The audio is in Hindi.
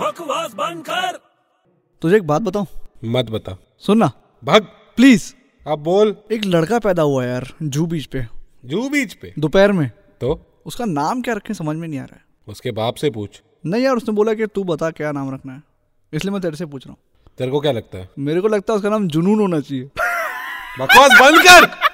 बकवास बंद कर तुझे एक बात बताऊं मत बता सुनना भाग प्लीज अब बोल एक लड़का पैदा हुआ है यार जू बीच पे जू बीच पे दोपहर में तो उसका नाम क्या रखें समझ में नहीं आ रहा है उसके बाप से पूछ नहीं यार उसने बोला कि तू बता क्या नाम रखना है इसलिए मैं तेरे से पूछ रहा हूँ तेरे को क्या लगता है मेरे को लगता है उसका नाम जुनून होना चाहिए बकवास बंद कर